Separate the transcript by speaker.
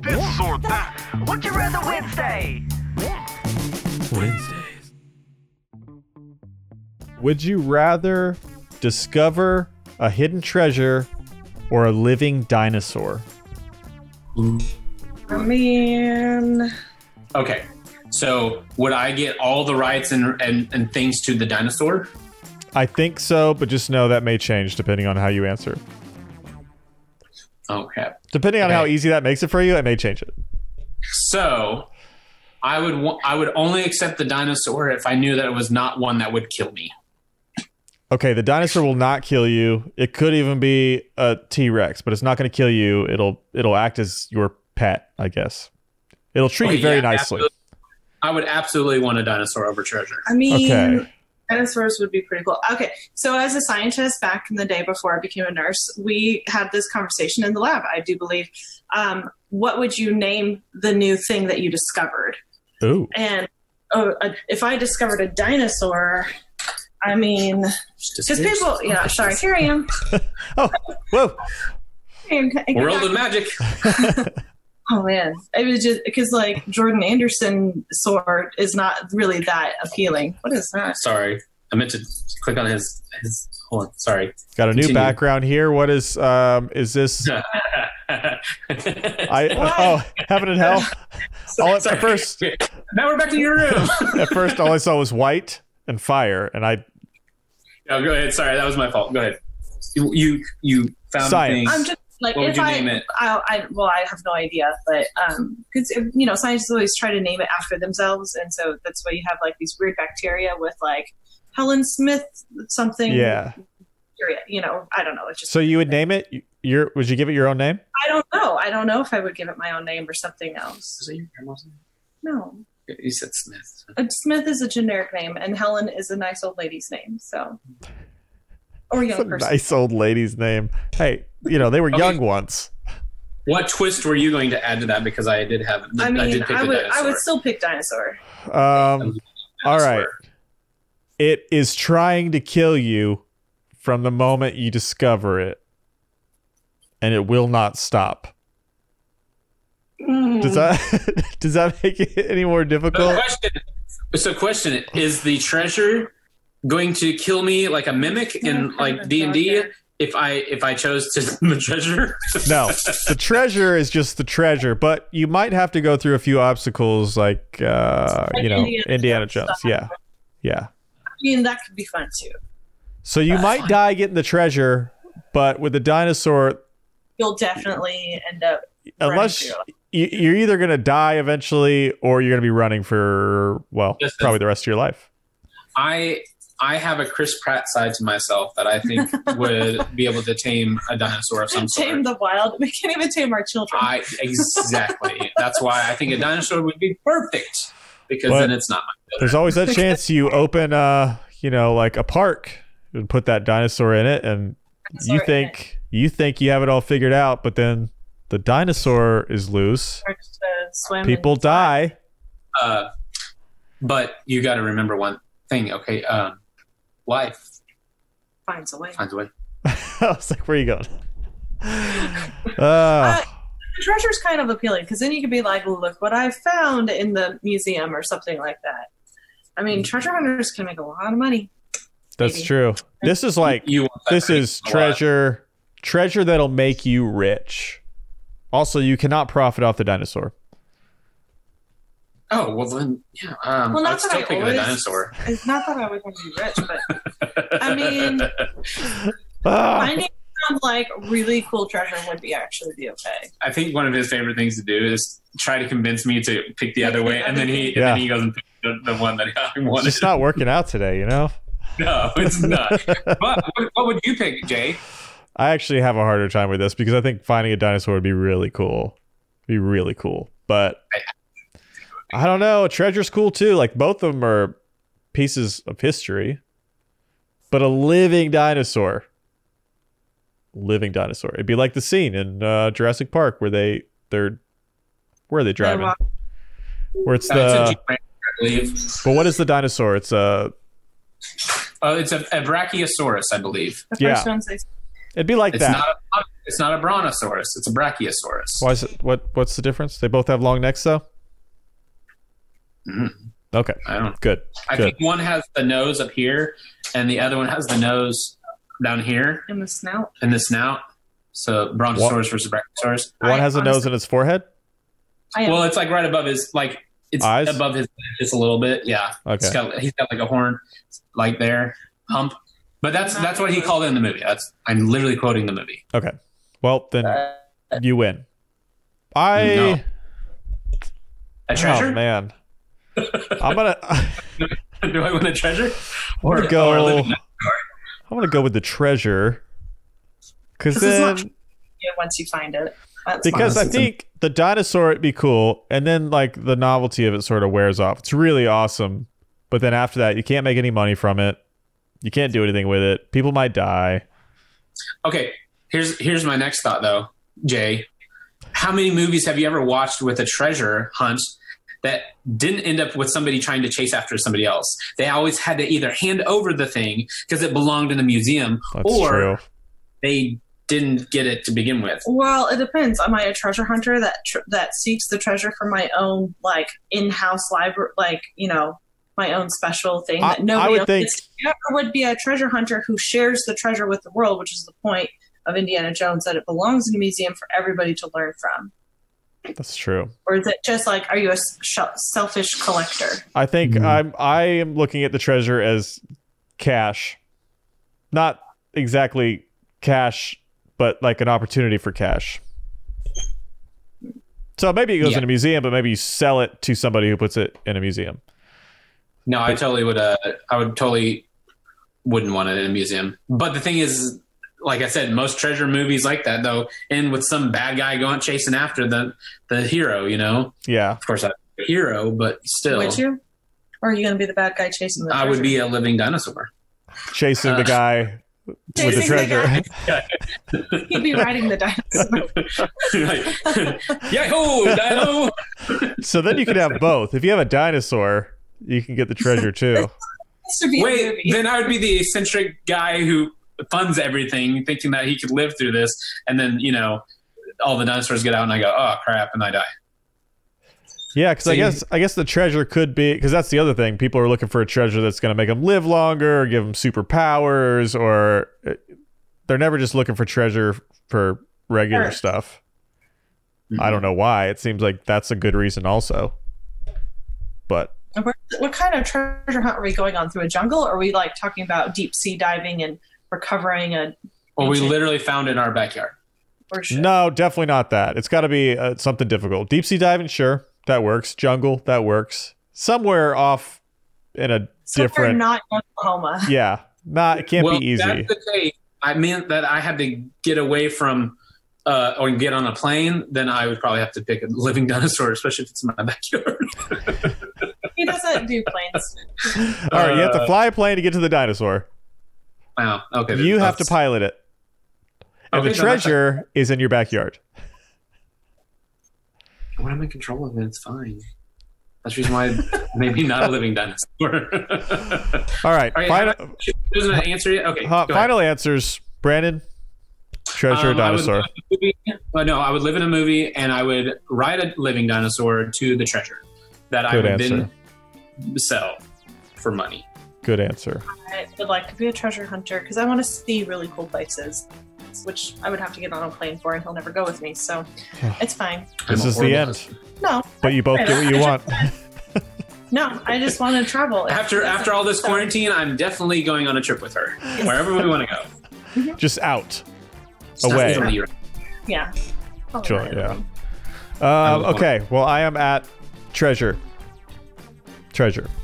Speaker 1: This or that. Would you rather Wednesday?
Speaker 2: Wednesdays.
Speaker 3: Would you rather discover a hidden treasure or a living dinosaur?
Speaker 4: I mean,
Speaker 5: Okay. So would I get all the rights and, and, and things to the dinosaur?
Speaker 3: I think so, but just know that may change depending on how you answer.
Speaker 5: Oh crap.
Speaker 3: Depending on how
Speaker 5: Okay.
Speaker 3: easy that makes it for you, it may change it.
Speaker 5: So I would wa- I would only accept the dinosaur if I knew that it was not one that would kill me.
Speaker 3: Okay, the dinosaur will not kill you. It could even be a T Rex, but it's not going to kill you. It'll it'll act as your pet, I guess. It'll treat
Speaker 5: Okay,
Speaker 3: you very
Speaker 5: Oh, yeah,
Speaker 3: nicely.
Speaker 5: absolutely. I would absolutely want a dinosaur over treasure.
Speaker 4: I mean,
Speaker 3: Okay.
Speaker 4: dinosaurs would be pretty cool. Okay, so as a scientist back in the day before I became a nurse, we had this conversation in the lab. I do believe. Um, what would you name the new thing that you discovered?
Speaker 3: Ooh.
Speaker 4: And uh, uh, if I discovered a dinosaur, I mean, because people, yeah, sorry, here I am.
Speaker 3: Whoa.
Speaker 4: And-
Speaker 5: World of Magic.
Speaker 4: Oh man, it was just because like Jordan Anderson sword is not really that appealing. What is that?
Speaker 5: Sorry, I meant to click on his his. Hold on, sorry.
Speaker 3: Got a new
Speaker 5: Continue.
Speaker 3: background here. What is um is this I
Speaker 4: What?
Speaker 3: oh heaven and hell. All, at
Speaker 5: Sorry.
Speaker 3: first
Speaker 5: now we're back to your room.
Speaker 3: at first all I saw was white and fire and I
Speaker 5: no, go ahead. Sorry, that was my fault. Go ahead. You you, you found
Speaker 3: Science.
Speaker 5: things.
Speaker 4: I'm just like
Speaker 5: What would
Speaker 4: if
Speaker 5: you
Speaker 4: I,
Speaker 5: name it?
Speaker 4: I, I, well, I have no idea, but um, because you know, scientists always try to name it after themselves, and so that's why you have like these weird bacteria with like Helen Smith something.
Speaker 3: yeah.
Speaker 4: bacteria, You know, I don't know. It's just
Speaker 3: So you would name it your would you give it your own name?
Speaker 4: I don't know. I don't know if I would give it my own name or something else.
Speaker 5: Was that your grandma's name?
Speaker 4: No,
Speaker 5: You said Smith.
Speaker 4: Uh, Smith is a generic name, and Helen is a nice old lady's name. So,
Speaker 3: It's
Speaker 4: or
Speaker 3: a
Speaker 4: young person.
Speaker 3: nice old lady's name. Hey, you know, they were
Speaker 5: Okay.
Speaker 3: young once.
Speaker 5: What twist were you going to add to that? Because I did have.
Speaker 4: I mean,
Speaker 5: did pick
Speaker 4: I
Speaker 5: the
Speaker 4: would I
Speaker 5: dinosaur.
Speaker 4: would still pick dinosaur.
Speaker 3: Um all
Speaker 5: Dinosaur.
Speaker 3: right. It is trying to kill you from the moment you discover it. And it will not stop. Does
Speaker 4: Hmm.
Speaker 3: that does that make it any more
Speaker 5: So
Speaker 3: difficult?
Speaker 5: question, so question is the treasure going to kill me like a mimic in like D and D if I if I chose to the treasure?
Speaker 3: No. The treasure is just the treasure, but you might have to go through a few obstacles like uh, you know,
Speaker 4: Indiana
Speaker 3: Indiana
Speaker 4: Jones
Speaker 3: Jones. Yeah. Yeah.
Speaker 4: I mean, that could be fun too.
Speaker 3: So you might die getting the treasure, but with the dinosaur,
Speaker 4: You'll definitely end up running
Speaker 3: unless
Speaker 4: through.
Speaker 3: you- you're either going to die eventually or you're going to be running for well
Speaker 5: Yes,
Speaker 3: probably the rest of your life
Speaker 5: I I have a Chris Pratt side to myself that I think would be able to tame a dinosaur of some
Speaker 4: tame
Speaker 5: sort.
Speaker 4: the wild. We can't even tame our children.
Speaker 5: I exactly. That's why I think a dinosaur would be perfect because
Speaker 3: But-
Speaker 5: then it's not my
Speaker 3: there's always that chance you open uh you know like a park and put that dinosaur in it and
Speaker 4: Dinosaur
Speaker 3: you
Speaker 4: in
Speaker 3: think you think you have it all figured out but then the dinosaur is loose
Speaker 4: Or just, uh, swim
Speaker 3: people
Speaker 4: and-
Speaker 3: die
Speaker 5: uh, but you got to remember one thing, okay? Um, life
Speaker 4: finds a way.
Speaker 5: finds a way.
Speaker 3: i was like where are you going uh,
Speaker 4: The treasure's kind of appealing because then you could be like, look what I found in the museum or something like that. I
Speaker 5: Mm.
Speaker 4: mean, treasure hunters can make a lot of money.
Speaker 3: that's
Speaker 4: maybe.
Speaker 3: true this is like
Speaker 5: You want that
Speaker 3: this
Speaker 5: pretty
Speaker 3: is
Speaker 5: a lot.
Speaker 3: treasure treasure that'll make you rich also you cannot profit off the dinosaur
Speaker 5: Oh well, then yeah. Um,
Speaker 4: Well,
Speaker 5: well,
Speaker 4: not
Speaker 5: I'd
Speaker 4: that
Speaker 5: still
Speaker 4: I
Speaker 5: pick the
Speaker 4: always-
Speaker 5: dinosaur.
Speaker 4: It's not that I would want to be rich, but I mean,
Speaker 3: Ah,
Speaker 4: finding some like really cool treasure would be actually be okay.
Speaker 5: I think one of his favorite things to do is try to convince me to pick the other way, and then he
Speaker 3: Yeah.
Speaker 5: and then he goes and picks the, the one that I
Speaker 3: it's
Speaker 5: wanted.
Speaker 3: just not working out today you know
Speaker 5: no, it's not. but what, what would you pick, Jay?
Speaker 3: i actually have a harder time with this because i think finding a dinosaur would be really cool be really cool but i don't know treasure's cool too like both of them are pieces of history but a living dinosaur living dinosaur it'd be like the scene in uh, jurassic park where they they're where are they driving
Speaker 4: walk-
Speaker 3: where it's
Speaker 5: Uh, it's a
Speaker 3: the
Speaker 5: Jeep Wrangler, I believe.
Speaker 3: but what is the dinosaur it's uh, a
Speaker 5: Oh, Uh, it's a, a Brachiosaurus, I believe.
Speaker 4: The
Speaker 3: Yeah.
Speaker 4: first one's like,
Speaker 3: it'd be like
Speaker 5: It's
Speaker 3: that
Speaker 5: not. A, It's not a brontosaurus. It's a brachiosaurus.
Speaker 3: Why is it, what what's the difference? They both have long necks though.
Speaker 5: Mm.
Speaker 3: Okay,
Speaker 5: I don't.
Speaker 3: good.
Speaker 5: I
Speaker 3: Good.
Speaker 5: think one has the nose up here, and the other one has the nose down here
Speaker 4: in the snout.
Speaker 5: in the snout. So brontosaurus versus brachiosaurus.
Speaker 4: I
Speaker 3: One has a nose
Speaker 4: honestly-
Speaker 3: in its forehead.
Speaker 4: I am
Speaker 5: Well, it's like right above his like it's
Speaker 3: Eyes?
Speaker 5: above his head just a little bit. Yeah,
Speaker 3: Okay,
Speaker 5: it's got he's got like a horn like there hump. But that's that's what he called it in the movie. That's I'm literally quoting the movie.
Speaker 3: okay. Well, then
Speaker 4: Uh,
Speaker 3: you win. I
Speaker 5: No. A
Speaker 3: oh
Speaker 5: treasure?
Speaker 3: man, I'm gonna
Speaker 5: Do I win a treasure?
Speaker 3: I'm gonna
Speaker 5: Or- or a
Speaker 3: go.
Speaker 5: living-
Speaker 3: I'm gonna go with the treasure. Cause
Speaker 4: This is
Speaker 3: then,
Speaker 4: not you once you find it. That's
Speaker 3: because I
Speaker 5: Honestly, it's a-
Speaker 3: think the dinosaur would be cool, and then like the novelty of it sort of wears off. It's really awesome, but then after that, you can't make any money from it. You can't do anything with it. People might die.
Speaker 5: Okay, here's here's my next thought though, Jay. How many movies have you ever watched with a treasure hunt that didn't end up with somebody trying to chase after somebody else? They always had to either hand over the thing because it belonged in a museum,
Speaker 3: That's
Speaker 5: or
Speaker 3: true.
Speaker 5: they didn't get it to begin with.
Speaker 4: Well, it depends. Am I a treasure hunter that tr- that seeks the treasure for my own like in-house library, like you know, my own special thing
Speaker 3: I-
Speaker 4: that nobody
Speaker 3: I would
Speaker 4: else
Speaker 3: think-
Speaker 4: gets? Or would be a treasure hunter who shares the treasure with the world, which is the point of Indiana Jones that it belongs in a museum for everybody to learn from.
Speaker 3: That's true.
Speaker 4: Or is it just like, are you a s- sh- selfish collector?
Speaker 3: I think
Speaker 5: Mhm.
Speaker 3: I'm I am looking at the treasure as cash. Not exactly cash, but like an opportunity for cash. So maybe it goes
Speaker 5: Yeah.
Speaker 3: in a museum, but maybe you sell it to somebody who puts it in a museum.
Speaker 5: No, I totally would. Uh, I would totally wouldn't want it in a museum. But the thing is, like I said, most treasure movies like that though end with some bad guy going chasing after the the hero. You know,
Speaker 3: Yeah.
Speaker 5: of course, I'm a hero, but still,
Speaker 4: Would you? Or are you going to be the bad guy chasing the?
Speaker 5: I would
Speaker 4: treasure?
Speaker 5: be a living dinosaur.
Speaker 3: Chasing the
Speaker 5: Uh,
Speaker 3: guy with the
Speaker 4: Chasing the
Speaker 3: treasure.
Speaker 4: guy. He'd be riding the dinosaur.
Speaker 5: like, Yahoo, dino!
Speaker 3: so then you could have both. If you have a dinosaur, you can get the treasure too.
Speaker 4: This would be a
Speaker 5: Wait,
Speaker 4: movie.
Speaker 5: then I would be the eccentric guy who funds everything, thinking that he could live through this, and then you know, all the dinosaurs get out, and I go, oh crap, and I die.
Speaker 3: Yeah, because
Speaker 5: So
Speaker 3: I
Speaker 5: you-
Speaker 3: guess I guess the treasure could be because that's the other thing. People are looking for a treasure that's going to make them live longer, or give them superpowers, or uh, they're never just looking for treasure for regular
Speaker 4: Sure.
Speaker 3: stuff. I don't know why. It seems like that's a good reason, also. But
Speaker 4: Where- What kind of treasure hunt are we going on through a jungle? Or are we like talking about deep sea diving and recovering a
Speaker 5: Well, we literally found it in our backyard.
Speaker 4: or shit?
Speaker 3: no, definitely not that. It's got to be uh, something difficult. Deep sea diving, sure, that works. Jungle, that works. Somewhere off in a
Speaker 4: Somewhere
Speaker 3: different,
Speaker 4: Not in Oklahoma.
Speaker 3: yeah, not. It can't
Speaker 5: well,
Speaker 3: be easy.
Speaker 5: That's the case. I meant that I had to get away from uh, or get on a plane, then I would probably have to pick a living dinosaur, especially if it's in my backyard.
Speaker 4: He doesn't do planes.
Speaker 3: All right, you have to
Speaker 5: Uh,
Speaker 3: fly a plane to get to the dinosaur.
Speaker 5: wow. Okay.
Speaker 3: You have to
Speaker 5: that's-
Speaker 3: pilot it. And the
Speaker 5: Okay, no, that's-
Speaker 3: treasure is in your backyard.
Speaker 5: When I'm in control of it, it's fine. That's the reason why maybe not a living dinosaur.
Speaker 3: All right.
Speaker 5: All right,
Speaker 3: final
Speaker 5: Doesn't it answer yet? Okay.
Speaker 3: huh,
Speaker 5: go ahead.
Speaker 3: Uh, final answers. Brandon, treasure or
Speaker 5: Um, I would
Speaker 3: dinosaur?
Speaker 5: live in a movie- uh, no, I would live in a movie and I would ride a living dinosaur to the treasure that I
Speaker 3: Good
Speaker 5: would
Speaker 3: answer.
Speaker 5: then sell for money.
Speaker 3: Good answer.
Speaker 4: I would like to be a treasure hunter because I want to see really cool places, which I would have to get on a plane for, and he'll never go with me. So it's fine.
Speaker 3: This
Speaker 5: I'm a
Speaker 3: is the
Speaker 5: horrible
Speaker 3: end.
Speaker 5: husband.
Speaker 4: No,
Speaker 3: But you both get what you want.
Speaker 4: no, I just want to travel.
Speaker 5: After after all this quarantine, I'm definitely going on a trip with her wherever we want to go.
Speaker 3: Just out.
Speaker 5: It's not
Speaker 3: Away.
Speaker 5: easily right.
Speaker 4: Yeah. Probably
Speaker 3: Sure,
Speaker 4: not.
Speaker 3: yeah. Um, okay. Well, I am at treasure. Treasure.